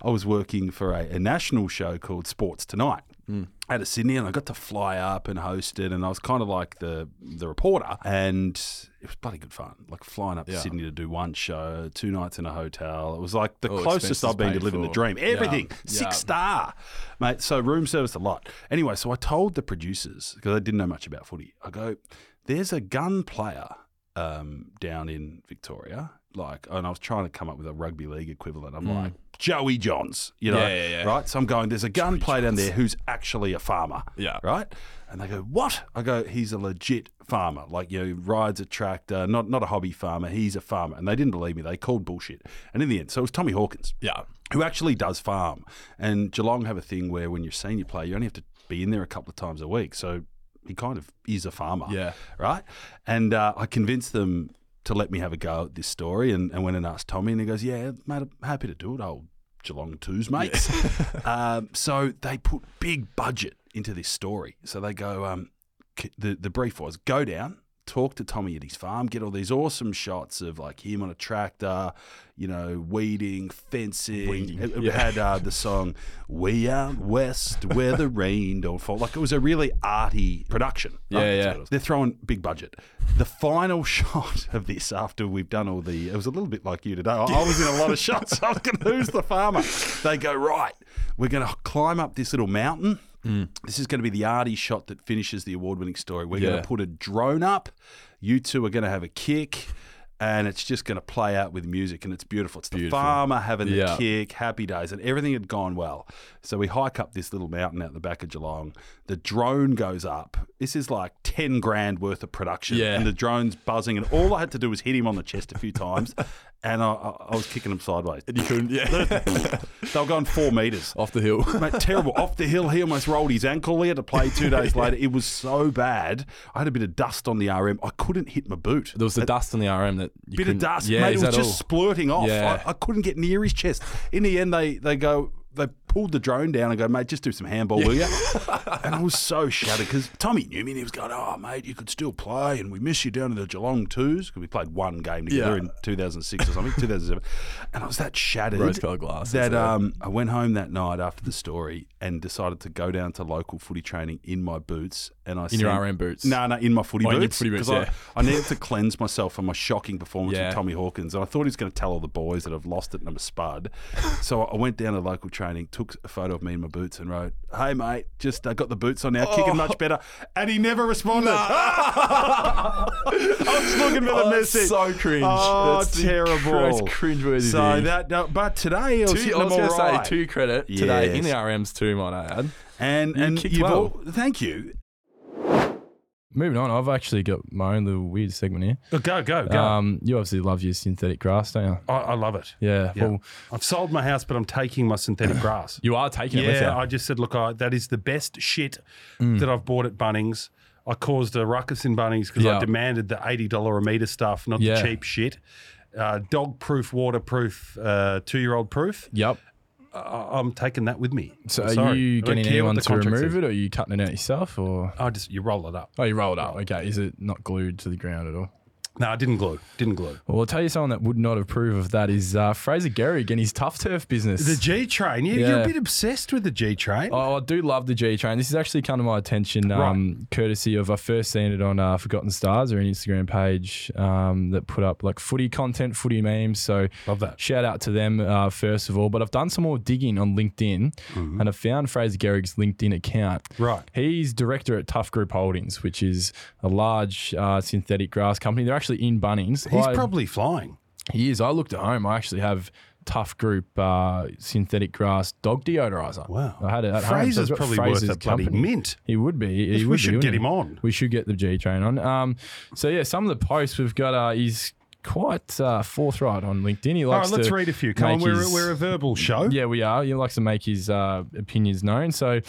F: I was working for a, a national show called Sports Tonight
G: Hmm.
F: out of Sydney, and I got to fly up and host it, and I was kind of like the the reporter, and it was bloody good fun. Like flying up to Sydney to do one show, two nights in a hotel. It was like the
G: All
F: closest
G: Oh, expenses
F: I've been to
G: paid
F: living the
G: for.
F: dream.
G: Yeah.
F: Everything six
G: Yeah.
F: star, mate. So room service a lot. Anyway, so I told the producers because I didn't know much about footy. I go, there's a gun player um, down in Victoria. Like, and I was trying to come up with a rugby league equivalent. I'm like Joey Johns, you know,
G: Hmm. Yeah, yeah, yeah.
F: right? So I'm going. There's a gun player down there who's actually a farmer,
G: Yeah.
F: right? And they go, "What?" I go, "He's a legit farmer. Like, you know, he rides a tractor. Not not a hobby farmer. He's a farmer." And they didn't believe me. They called bullshit. And in the end, so it was Tommy Hawkins
G: Yeah.
F: who actually does farm. And Geelong have a thing where when you're a senior player, you only have to be in there a couple of times a week. So he kind of is a farmer.
G: Yeah.
F: Right. And uh, I convinced them to let me have a go at this story and, and went and asked Tommy, and he goes, Yeah, mate, I'm happy to do it, old Geelong twos, mates. um, so they put big budget into this story. So they go, um, c- the, the brief was go down, talk to Tommy at his farm, get all these awesome shots of like him on a tractor, you know, weeding, fencing. It, it had uh, the song "We Out West, Where the Rain Don't Fall." Like it was a really arty production.
G: Yeah, yeah.
F: So it was- They're throwing big budget. The final shot of this after we've done all the, it was a little bit like you today. I, I was in a lot of shots. I was going, who's the farmer? They go right. We're going to climb up this little mountain.
G: Mm.
F: This is going to be the arty shot that finishes the award-winning story. We're going
G: Yeah.
F: to put a drone up. You two are going to have a kick, and it's just going to play out with music, and it's beautiful. It's the farmer having the
G: Yeah.
F: kick, happy days, and everything had gone well. So we hike up this little mountain out the back of Geelong. The drone goes up. This is like ten grand worth of production,
G: Yeah.
F: and the drone's buzzing, and all I had to do was hit him on the chest a few times, and I, I, I was kicking him sideways.
G: You Oh. couldn't, yeah.
F: They were going four meters
G: Off the hill.
F: mate, terrible. Off the hill, he almost rolled his ankle. He had to play two days later. It was so bad. I had a bit of dust on the RM. I couldn't hit my boot.
G: There was the dust on the RM that you
F: bit of
G: couldn't-
F: dust,
G: Yeah,
F: mate.
G: is
F: It was
G: that
F: just
G: all?
F: splurting off.
G: Yeah.
F: I, I couldn't get near his chest. In the end, they they go. They pulled the drone down and go, mate, just do some handball, will you? and I was so shattered because Tommy knew me and he was going, oh, mate, you could still play and we miss you down to the Geelong twos because we played one game together
G: Yeah.
F: in 2006 or something, 2007. And I was that shattered
G: Rose-colored glasses,
F: that
G: yeah.
F: um, I went home that night after the story and decided to go down to local footy training in my boots. And I
G: In your RM boots?
F: No, no, in my footy
G: Oh, in your
F: boots.
G: footy
F: 'cause
G: boots,
F: I-
G: yeah.
F: I needed to cleanse myself from my shocking performance
G: Yeah.
F: with Tommy Hawkins, and I thought he was going to tell all the boys that I've lost it and I'm a spud. So I went down to local training, took a photo of me in my boots, and wrote, "Hey mate, just uh, got the boots on now, kicking
G: Oh.
F: much better." And he never responded. I was looking for the
G: Oh, that's
F: message.
G: so cringe.
F: Oh,
G: That's the
F: terrible!
G: most cringeworthy
F: So
G: thing.
F: that, no, but today I was,
G: Two,
F: hitting
G: I was
F: them
G: going
F: all
G: to
F: right.
G: say, two credit today in the
F: Yes.
G: RMs too, might I add.
F: and
G: you
F: and
G: kicked
F: you've
G: well.
F: all, thank you.
G: Moving on, I've actually got my own little weird segment here.
F: go go
G: Um, you obviously love your synthetic grass, don't you?
F: I, I love it.
G: Yeah.
F: Yeah.
G: Well,
F: I've sold my house, but I'm taking my synthetic grass.
G: you are taking it with Mm. you.
F: Yeah, I just said, look, I, that is the best shit that I've bought at Bunnings. I caused a ruckus in Bunnings because
G: Yeah.
F: I demanded the eighty dollar a meter stuff, not
G: Yeah.
F: the cheap shit. Uh, dog proof, waterproof, uh, two year old proof.
G: yep.
F: I, I'm taking that with me.
G: So
F: I'm
G: are
F: sorry. I
G: you
F: don't
G: getting
F: care what
G: anyone
F: the
G: to
F: contract
G: remove
F: says.
G: it, or are you cutting it out yourself, or
F: I just you roll it up.
G: oh, you rolled up? Okay, is it not glued to the ground at all?
F: No, I didn't glue. Didn't glue.
G: Well, I'll tell you someone that would not approve of that is uh, Fraser Gerrig and his tough turf business.
F: The G train. You, You're
G: Yeah.
F: a bit obsessed with the G train.
G: Oh, I do love the G train. This has actually come to my attention, um, courtesy of I first seen it on uh, Forgotten Stars or an Instagram page um, that put up like footy content, footy memes. So
F: Love that.
G: Shout out to them uh, first of all. But I've done some more digging on LinkedIn, and I found Fraser Gehrig's LinkedIn account.
F: Mm-hmm. Right.
G: He's director at Tough Group Holdings, which is a large uh, synthetic grass company. They're actually in Bunnings.
F: He's
G: I-
F: probably flying.
G: he is. I looked at home. I actually have Tough Group uh, synthetic grass dog deodorizer.
F: Wow.
G: I had it at home.
F: Fraser's
G: So I've got
F: probably
G: Fraser's
F: worth a bloody
G: company.
F: mint.
G: He would be. He
F: We
G: would be,
F: should
G: wouldn't
F: get
G: he?
F: him on.
G: We should get the G train on. Um, so yeah, some of the posts we've got. Uh, he's quite uh, forthright on LinkedIn. He
F: All
G: likes
F: right, let's
G: to
F: read a few. Come on,
G: make
F: we're,
G: his-
F: we're a verbal
B: Oh.
F: show.
G: yeah, we are. He likes to make his uh, opinions known. So,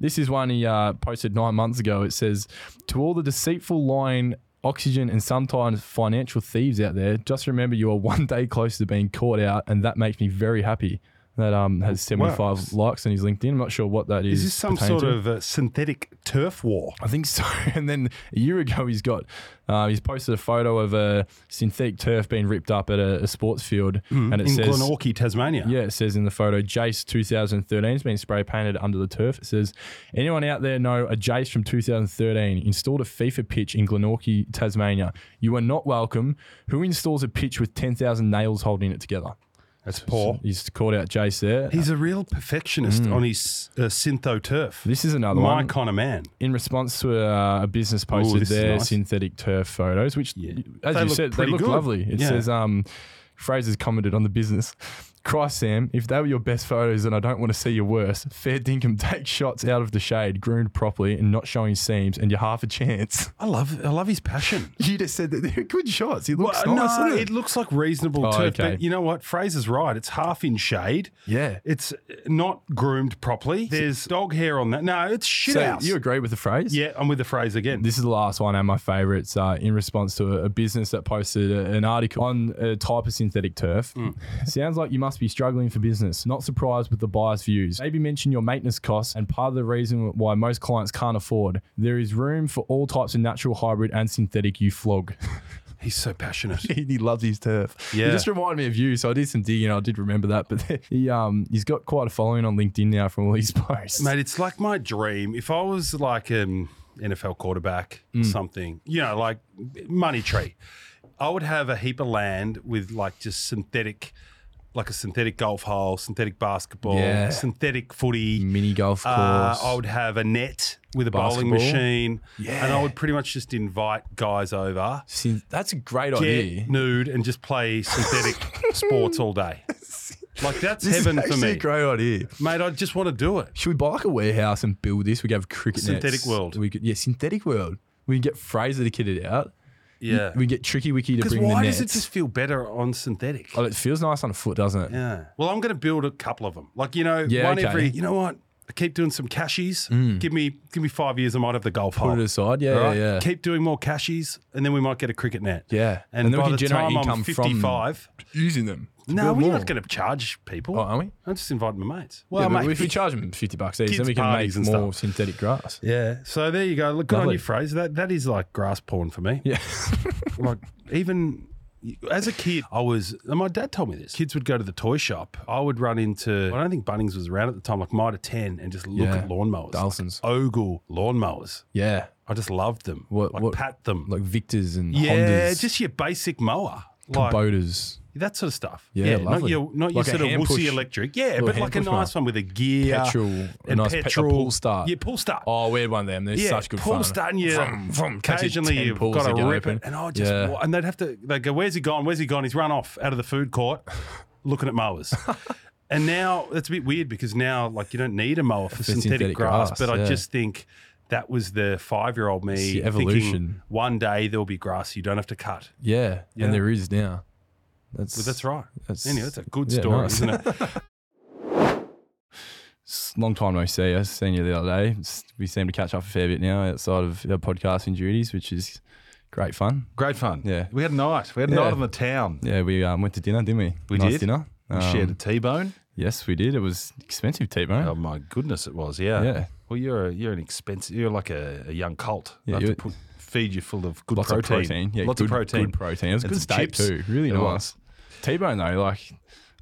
G: this is one he uh, posted nine months ago. It says, To all the deceitful, lying, oxygen, and sometimes financial thieves out there, just remember you are one day closer to being caught out, and that makes me very happy. That um has 75
B: Works.
G: likes on his LinkedIn. I'm not sure what that is.
B: Is this some
G: pertaining
B: sort
G: to.
B: of uh, synthetic turf war?
G: I think so. And then a year ago, he's got uh, he's posted a photo of a synthetic turf being ripped up at a, a sports field, and it
B: Mm. in
G: says
B: Glenorchy, Tasmania.
G: yeah, it says in the photo, Jace 2013 has been spray painted under the turf. It says, anyone out there know a Jace from 2013 installed a FIFA pitch in Glenorchy, Tasmania? You are not welcome. Who installs a pitch with 10,000 nails holding it together?
B: That's poor.
G: He's called out Jace there.
B: He's a real perfectionist
C: Mm.
B: on his uh, syntho turf.
G: this is another
B: My
G: one.
B: kind of man.
G: in response to uh, a business posted
B: this is
G: their
B: nice.
G: synthetic turf photos, which, as
B: They
G: you
B: look
G: said, they
B: pretty
G: look
B: good.
G: lovely. It
B: Yeah.
G: says, um, Fraser's commented on the business. Christ, Sam, if they were your best photos, then I don't want to see your worst. Fair dinkum, take shots out of the shade, groomed properly, and not showing seams, and you're half a chance.
B: I love I love his passion.
G: You just said that they're good shots. He looks
B: Well,
G: nice.
B: Oh, no,
G: doesn't
B: it looks like reasonable
G: Oh,
B: turf,
G: okay.
B: but you know what? Fraser's right. It's half in shade.
G: Yeah.
B: It's not groomed properly. There's dog hair on that. No, it's shit
G: So
B: house.
G: you agree with the phrase?
B: yeah, I'm with the phrase again.
G: This is the last one and my favourites. Uh, in response to a, a business that posted a- an article on a type of synthetic turf.
B: Mm.
G: Sounds like you must be struggling for business. Not surprised with the buyer's views. Maybe mention your maintenance costs and part of the reason why most clients can't afford. There is room for all types of natural, hybrid, and synthetic. You flog.
B: He's so passionate.
G: he loves his turf.
B: Yeah.
G: He just reminded me of you. So I did some digging. I did remember that, but he um he's got quite a following on LinkedIn now from all these posts.
B: Mate, it's like my dream. If I was like an NFL quarterback
G: Mm.
B: or something, you know, like money tree, I would have a heap of land with like just synthetic, like a synthetic golf hole, synthetic basketball,
G: Yeah.
B: synthetic footy.
G: Mini golf course.
B: Uh, I would have a net with a bowling
G: Basketball.
B: machine. And I would pretty much just invite guys over,
G: See, that's a great
B: get
G: idea.
B: nude, and just play synthetic sports all day. Like, that's heaven
G: This is
B: for
G: actually
B: me.
G: a great idea.
B: Mate, I just want to do it.
G: Should we buy like a warehouse and build this? We could have cricket nets.
B: Synthetic world.
G: We could, yeah, synthetic world. We could get Fraser to kit it out.
B: Yeah.
G: We get Tricky Wiki to
B: Because
G: bring the
B: why
G: nets.
B: does it just feel better on synthetic?
G: oh, it feels nice on a foot, doesn't it?
B: Yeah. Well, I'm going to build a couple of them. Like you know,
G: Yeah,
B: one
G: okay. Mm.
B: every. You know what? I keep doing some cashies. Give me give me five years. I might have the golf hole.
G: Put it aside. Yeah,
B: Oh. All
G: yeah,
B: right?
G: yeah.
B: Keep doing more cashies, and then we might get a cricket net.
G: Yeah.
B: And,
G: And then we
B: by
G: can
B: the
G: generate
B: time I'm
G: income from-
B: 55,
G: Using them. to
B: no,
G: build
B: we're
G: more.
B: not going to charge people.
G: Oh, are we?
B: I'm just inviting my mates.
G: Yeah,
B: Well,
G: but
B: mate.
G: if we charge them 50 bucks each, then
B: Kids'
G: we can make
B: parties and
G: more synthetic grass.
B: yeah. So there you go. Look, good on
G: Lovely.
B: you, Fraser. That that is like grass porn for me.
G: Yeah.
B: like even as a kid, I was, and my dad told me this. Kids would go to the toy shop. I would run into, I don't think Bunnings was around at the time, like Mitre 10, and just look
G: Yeah.
B: at lawnmowers.
G: Dalsons.
B: Ogle lawnmowers.
G: Yeah.
B: I just loved them.
G: What-
B: like
G: what-
B: pat them.
G: Like Victors and
B: yeah,
G: Hondas.
B: just your basic mower. Like
G: Kuboters.
B: that sort of stuff.
G: Yeah,
B: not
G: lovely.
B: your not
G: Like a
B: your sort of
G: hand
B: wussy
G: push-
B: electric. Yeah,
G: little
B: but
G: hand
B: like a
G: push
B: nice one with a gear.
G: Petrol. a
B: and
G: nice pe- a
B: petrol.
G: pull start.
B: Yeah, pull start.
G: Oh, weird one them. They're
B: Yeah,
G: such good
B: pull
G: fun.
B: start and you-
G: Vroom, vroom. Catch you
B: Occasionally,
G: 10
B: you've
G: pulls
B: got
G: that
B: to
G: go
B: rip
G: open.
B: it, and I just
G: Yeah.
B: wa- and they'd have to. They go, "Where's he gone? Where's he gone? He's run off out of the food court, looking at mowers." and now that's a bit weird because now, like, you don't need a mower for, synthetic,
G: synthetic
B: grass,
G: grass,
B: but
G: yeah.
B: I just think that was the five-year-old me
G: It's the
B: thinking,
G: evolution.
B: One day there'll be grass you don't have to cut.
G: Yeah,
B: Yeah.
G: and there is now. That's
B: But that's right.
G: That's-
B: anyway, that's a good
G: yeah,
B: story,
G: nice.
B: isn't it?
G: It's a long time no see. I seen you the other day. It's- we seem to catch up a fair bit now outside of our podcasting duties, which is great fun.
F: Great fun.
G: Yeah.
F: We had a night. We had a
G: Yeah.
F: night on the town.
G: Yeah, we um, went to dinner, didn't we?
F: We
G: nice
F: did.
G: dinner. Um,
F: We shared a T-bone.
G: Yes, we did. It was expensive, T Bone.
F: Oh my goodness, it was. Yeah.
G: Yeah.
F: Well, you're a, you're an expensive. You're like a, a young cult.
G: Yeah,
F: Yeah, have to
G: you're-
F: put, feed you full of good
G: Lots
F: protein.
G: of protein. Yeah,
F: Lots
G: good,
F: of protein.
G: Good protein. It was a
F: And
G: good
F: some
G: steak
F: chips.
G: too. Really
F: It
G: nice. T Bone though, like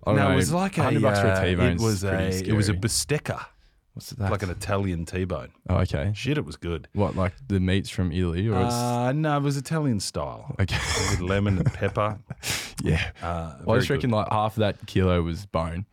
G: I don't
F: No,
G: know,
F: it was like a
G: 100 bucks for
F: uh,
G: a T Bone.
F: It was a it was a bistecca,
G: what's that?
F: like an Italian T-bone.
G: oh, okay.
F: Shit, it was good.
G: What like the meats from Italy or it's
F: Uh, no, it was Italian style
G: okay?
F: with lemon and pepper.
G: yeah.
F: Uh,
G: Well, I
F: very
G: just
F: good.
G: reckon like half of that kilo was bone.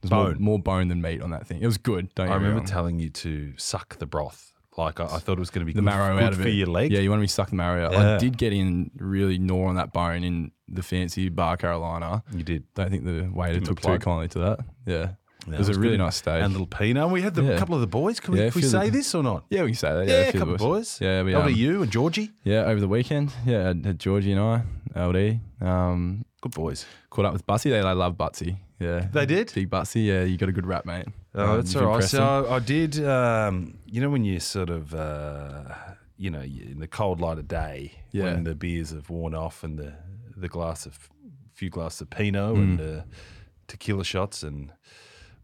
G: There's more,
F: Bone.
G: more bone than meat on that thing. It was good. Don't you
F: I remember
G: wrong.
F: telling you to suck the broth. Like I, I thought it was going to be
G: the
F: good,
G: marrow
F: good
G: out of
F: for
G: it.
F: your leg.
G: Yeah, you wanted me to suck the marrow out. I
F: Yeah.
G: did get in really gnaw on that bone in the fancy bar Carolina.
F: you did.
G: Don't think the
F: Give
G: waiter
F: 'em a
G: took too
F: plug.
G: kindly to that. Yeah,
F: No,
G: it was a really
F: good.
G: nice stage.
F: And little Pino. And we had the,
G: Yeah.
F: a couple of the boys. Can
G: Yeah,
F: we,
G: a
F: can we
G: few of
F: say
G: the-
F: this or not?
G: yeah, we can say that.
F: Yeah,
G: a
F: a
G: few
F: couple of boys.
G: Yeah, we
F: Over
G: um,
F: you and Georgie.
G: yeah over the weekend. Yeah, had- had Georgie and I, LD, um,
F: Good boys.
G: caught up with Butsy. They, they love Butsy. Yeah,
F: They did?
G: Big Butsy. Yeah, you got a good rap, mate.
F: Oh,
G: Um,
F: that's
G: you've
F: all right.
G: impressed him.
F: So I did, um, you know, when you sort of uh,
A: you know, in the cold light of day
G: Yeah.
A: when the beers have worn off and the the glass of few glasses of Pinot
G: Mm.
A: and uh, tequila shots and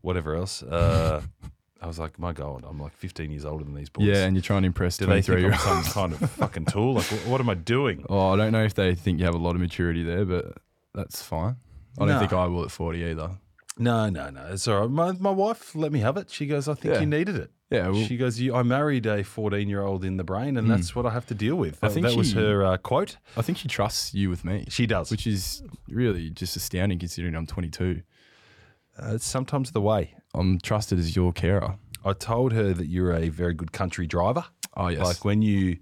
A: whatever else. Uh, I was like, my God, I'm like 15 years older than these boys.
G: Yeah, and you're trying to impress
A: do they
G: 23
A: think
G: year
A: I'm
G: olds.
A: some kind of fucking tool? Like, wh- what am I doing?
G: Oh, I don't know if they think you have a lot of maturity there, but that's fine. I don't
A: No.
G: think I will at 40 either.
A: No, no, no. It's all right. My, my wife let me have it. She goes, I think
G: Yeah.
A: you needed it.
G: Yeah, well,
A: She goes, you, I married a 14 year old in the brain, and that's what Hmm. I have to deal with.
G: I
A: That,
G: think
A: that was
G: she-
A: her uh, quote.
G: I think she trusts you with me,
A: She does.
G: which is really just astounding considering I'm 22.
A: Uh, it's sometimes the way.
G: I'm trusted as your carer.
A: I told her that you're a very good country driver.
G: Oh, yes.
A: Like when you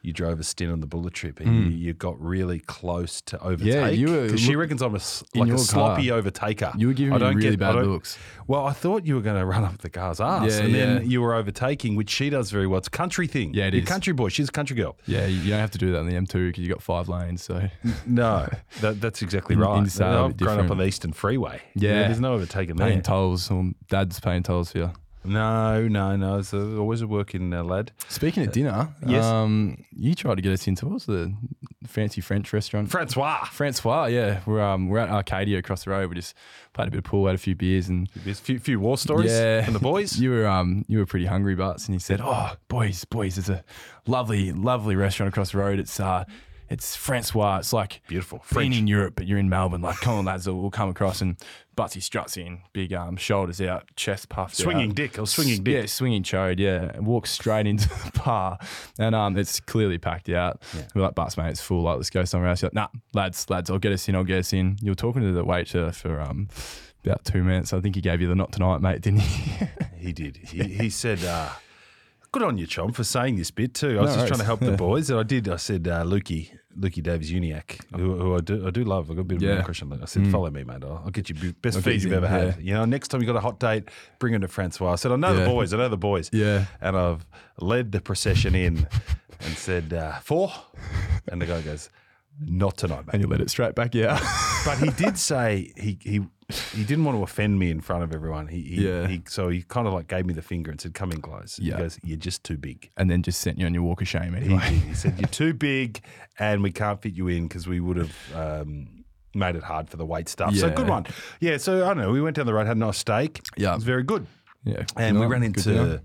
A: you drove a stint on the bullet trip and you, you got really close to overtake.
G: Hmm. you were-
A: 'Cause she reckons I'm a, s-
G: In
A: like
G: your
A: a
G: car.
A: sloppy overtaker.
G: You were giving
A: I
G: me
A: don't
G: really
A: get- I
G: bad
A: don't-
G: looks.
A: Well, I thought you were going to run up the car's ass,
G: Yeah,
A: and
G: yeah.
A: then you were overtaking, which she does very well. It's a country thing.
G: Yeah, it
A: You're
G: is.
A: country boy. She's a country girl.
G: Yeah, you you don't have to do that on the M2 because you got five lanes. So
A: No, that, that's exactly
G: In-
A: right.
G: inside,
A: I've grown
G: a bit
A: up on
G: different.
A: the Eastern Freeway.
G: Yeah.
A: there's no overtaking there.
G: paying tolls, um, dad's paying tolls for you.
A: no, no, no. It's a, always a working uh, lad. Uh,
G: Speaking of dinner,
A: yes.
G: um, you tried to get us into what was the fancy French restaurant?
A: Francois.
G: Francois, yeah. We're, um, we're at Arcadia across the road. We just played a bit of pool, had a few beers, and
A: There's a few, few war stories
G: Yeah.
A: from the boys.
G: You were um you were pretty hungry, Butts, and he said, "Oh, boys, boys, there's a lovely, lovely restaurant across the road. It's uh, it's Francois. It's like
A: Beautiful.
G: being
A: French.
G: in Europe, but you're in Melbourne. Like, come on, lads, we'll, we'll come across." And Butsy struts in, big um, shoulders out, chest puffed,
A: Swinging
G: out.
A: dick. I was swinging dick.
G: Um, Yeah, swinging chode. Yeah, and walks straight into the bar, and um, it's clearly packed out. We're like, "Butts, mate, it's full. Like, let's go somewhere else." You're like, "Nah, lads, lads, I'll get us in. I'll get us in." You were talking to the waiter for um. About two minutes. I think he gave you the not tonight, mate, didn't he?
A: He did. He, he said, uh, "Good on you, Chom, for saying this bit too." I was just
G: worries.
A: trying to help the boys, and I did. I said, uh, "Lukey, Lukey Davies Uniac, who, who I do, I do love. I got a bit of
G: Oh. Yeah. Hmm.
A: an impression. I said, "Follow me, mate. I'll, I'll get you b- best
G: I'll get
A: feed
G: you
A: you've ever
G: in,
A: had. You know, next time you got a hot date, bring him to Francois." I said, "I know
G: Yeah.
A: the boys. I know the boys."
G: Yeah.
A: And I've led the procession in, and said uh, four, and the guy goes, "Not tonight, mate."
G: and you let it straight back out.
A: but he did say he he he didn't want to offend me in front of everyone. He, he,
G: Yeah.
A: he so he kind of like gave me the finger and said, "Come in close."
G: Yeah.
A: He goes, "You're just too big."
G: and then just sent you on your walk of shame
A: He,
G: anyway.
A: did. he said, "You're too big, and we can't fit you in because we would have." Um, Made it hard for the weight stuff. So
G: Yeah.
A: good one. Yeah. So I don't know. We went down the road, had a nice steak.
G: Yeah.
A: It was very good.
G: Yeah,
A: And we
G: good
A: ran
G: night, good dinner.
A: into.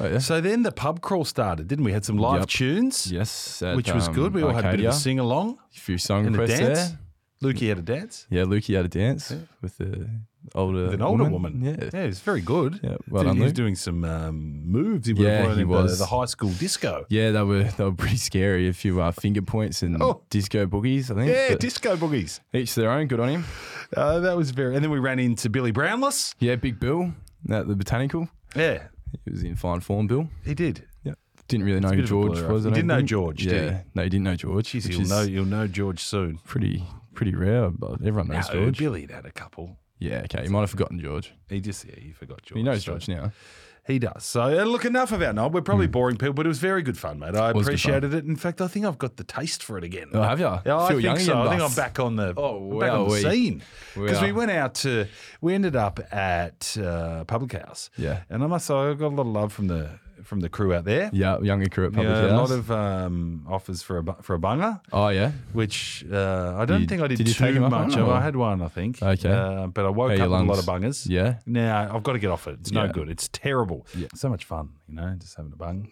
G: Oh, yeah.
A: So then the pub crawl started, didn't we? Had some live
G: Yep.
A: tunes,
G: yes, at,
A: which was
G: um,
A: good. We all had a bit
G: Arcadia.
A: of a sing along
G: a few song
A: and a
G: requests
A: dance.
G: there.
A: Lukey had a dance.
G: Yeah, Lukey had a dance with the older
A: with an older woman.
G: Yeah,
A: yeah, it was very good.
G: Yeah, well
A: Did-
G: done,
A: he was
G: Luke.
A: doing some um, moves. He would have
G: Yeah,
A: learned
G: he
A: in
G: was.
A: The, the high school disco.
G: yeah, they were they were pretty scary. A few uh, finger points and
A: Oh.
G: disco boogies, I think.
A: Yeah,
G: but
A: disco boogies.
G: each their own. Good on him.
A: Uh, that was very. And then we ran into Billy Brownless.
G: Yeah, Big Bill at the botanical.
A: Yeah,
G: He was in fine form, Bill.
A: he did.
G: Didn't really know
A: a
G: who
A: bit of a
G: George
A: blur, I
G: was. I
A: think. He
G: don't
A: didn't know
G: think.
A: George,
G: Yeah,
A: did
G: no, he didn't know George.
A: Jeez,
G: which
A: you'll
G: is
A: know you'll know George soon.
G: pretty pretty rare, but everyone knows
A: No,
G: George.
A: Billy had had a couple.
G: Yeah, okay, you might have forgotten George.
A: He just yeah, he forgot George.
G: He knows
A: so-
G: George now.
A: He does. So uh, look, enough about Knob. We're probably boring people, but it was very good fun, mate. I
G: was good fun.
A: appreciated it. In fact, I think I've got the taste for it again.
G: Oh, have you?
A: Yeah, I
G: Feel young
A: think
G: again,
A: so. I think
G: Buzz.
A: I'm back on the
G: Oh,
A: I'm back on the
G: wowee.
A: scene because we
G: Wow.
A: went out to we ended up at uh, Public House.
G: Yeah.
A: and I must say I got a lot of love from the from the crew out there.
G: Yeah, younger crew at Public
A: Yeah, a
G: House.
A: lot of um, offers for a bu- for a bunger,
G: oh yeah,
A: which uh, I don't
G: You-
A: think I did,
G: did you
A: too
G: take 'em up
A: much
G: on
A: of.
G: or-
A: I had one, I think.
G: Okay.
A: uh, but I woke
G: How
A: up with
G: your
A: a lot
G: lungs?
A: of bungers.
G: yeah.
A: Now I've got to get off it. It's no
G: Yeah.
A: good. It's terrible.
G: Yeah.
A: So much fun, you know, just having a bung,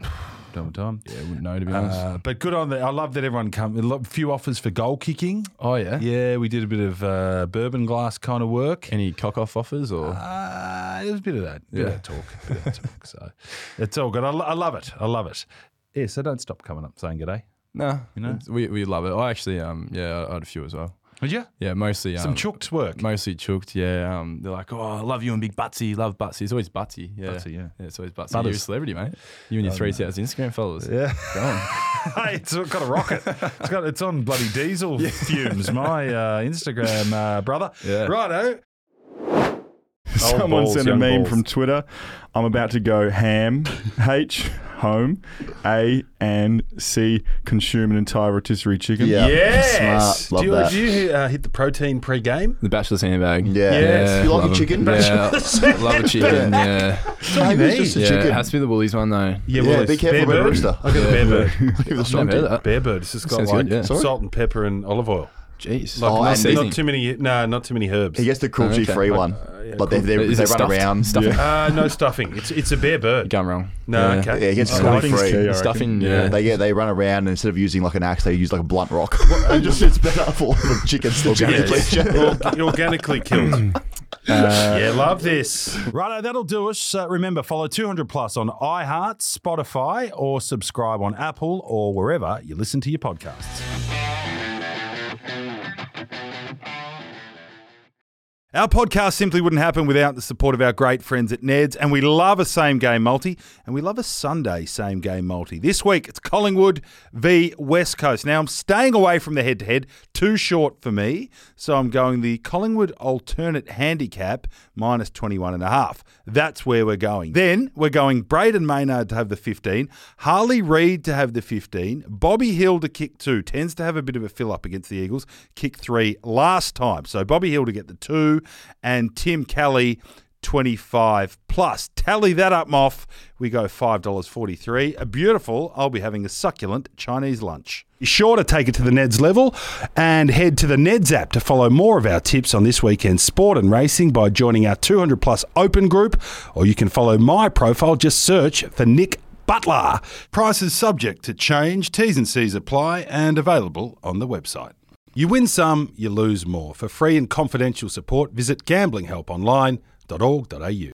A: time time.
G: Yeah, wouldn't know to be honest.
A: Uh, but good on that. I love that everyone come. A lot, few offers for goal kicking.
G: oh yeah.
A: Yeah, we did a bit of uh, bourbon glass kind of work.
G: Any cock off offers or?
A: Uh, it was a bit of that, bit
G: Yeah.
A: of that talk, bit of that talk. So it's all good. I, lo- I love it. I love it. Yeah, so don't stop coming up saying good day.
G: nah,
A: know?
G: it's- we we love it. I actually um yeah, I had a few as well.
A: Did you?
G: Yeah, mostly um,
A: Some chooked work.
G: Mostly chooked, yeah. Um, they're like, oh, I love you and Big Butsy, love Butsy. It's always Butsy, yeah.
A: Butsy, yeah.
G: it's always Butsy. You're a
A: Butters.
G: celebrity, mate. You
L: Oh,
G: and your three thousand Instagram followers.
A: Yeah.
G: Go on.
A: hey, it's got a rocket. It's got it's on bloody diesel fumes. My uh, Instagram uh, brother.
G: Yeah.
A: Righto.
C: Someone
A: balls,
C: sent a
A: young
C: meme
A: balls.
C: from Twitter. I'm about to go ham. H
L: home. A and C, consume an entire rotisserie chicken.
C: Yeah.
F: Yes.
C: Smart.
F: Do you,
C: Love
F: do you uh, hit the protein pre-game?
G: The bachelor's handbag.
C: Yeah. You like
G: love
C: a chicken?
G: Yeah, love a chicken. Yeah,
C: Maybe it's just a
G: yeah.
C: chicken.
G: It has to be the Woolies one though.
C: Yeah, be careful about
F: Bear
C: the
F: bird.
C: rooster.
F: I've got a bear bird.
C: Give it a
G: I've
C: strong
G: never heard
C: tip.
G: of that.
F: Bear bird. It's just got
G: Sounds
F: like
G: good, yeah. Sorry?
F: salt and pepper and olive oil.
G: Jeez,
F: Like
C: Oh,
F: not,
C: and-
F: not too many. No, not too many herbs.
C: He gets the cruelty free
G: Okay.
C: one. but they, they,
G: Is
C: they
G: it
C: run
G: stuffed?
C: around.
G: Stuffed?
C: Yeah.
F: Uh, no stuffing. It's it's a bear bird.
G: Gone wrong.
F: No,
G: Yeah.
A: uh,
C: Yeah,
F: okay.
C: he gets
F: Oh,
C: cruelty
F: nothing's
C: free.
L: key, I reckon.
G: Stuffing. Yeah.
C: They get they run around and instead of using like an axe, they use like a blunt rock. and just it's better for the chickens. organically.
F: Org- organically killed.
A: Uh,
F: yeah, love this.
A: Righto, that'll do us. Uh, remember, follow 200 Plus on iHeart, Spotify, or subscribe on Apple or wherever you listen to your podcasts. Our podcast simply wouldn't happen without the support of our great friends at Ned's, and we love a same game multi, and we love a Sunday same game multi. This week it's Collingwood v West Coast. Now I'm staying away from the head to head, too short for me, so I'm going the Collingwood alternate handicap minus 21 and a half. That's where we're going. Then we're going Braden Maynard to have the 15, Harley Reid to have the 15, Bobby Hill to kick two, tends to have a bit of a fill up against the Eagles, kick three last time. So Bobby Hill to get the two, and Tim Kelly 25 plus. Tally that up, Moff. We go $5.43. A beautiful, I'll be having a succulent Chinese lunch.
B: Be sure to take it to the Neds level and head to the Neds app to follow more of our tips on this weekend's sport and racing by joining our 200 plus open group, or you can follow my profile. Just search for Nick Butler.
F: Prices subject to change, T's and C's apply, and available on the website.
A: You win some, you lose more. For free and confidential support, visit gamblinghelponline.org.au.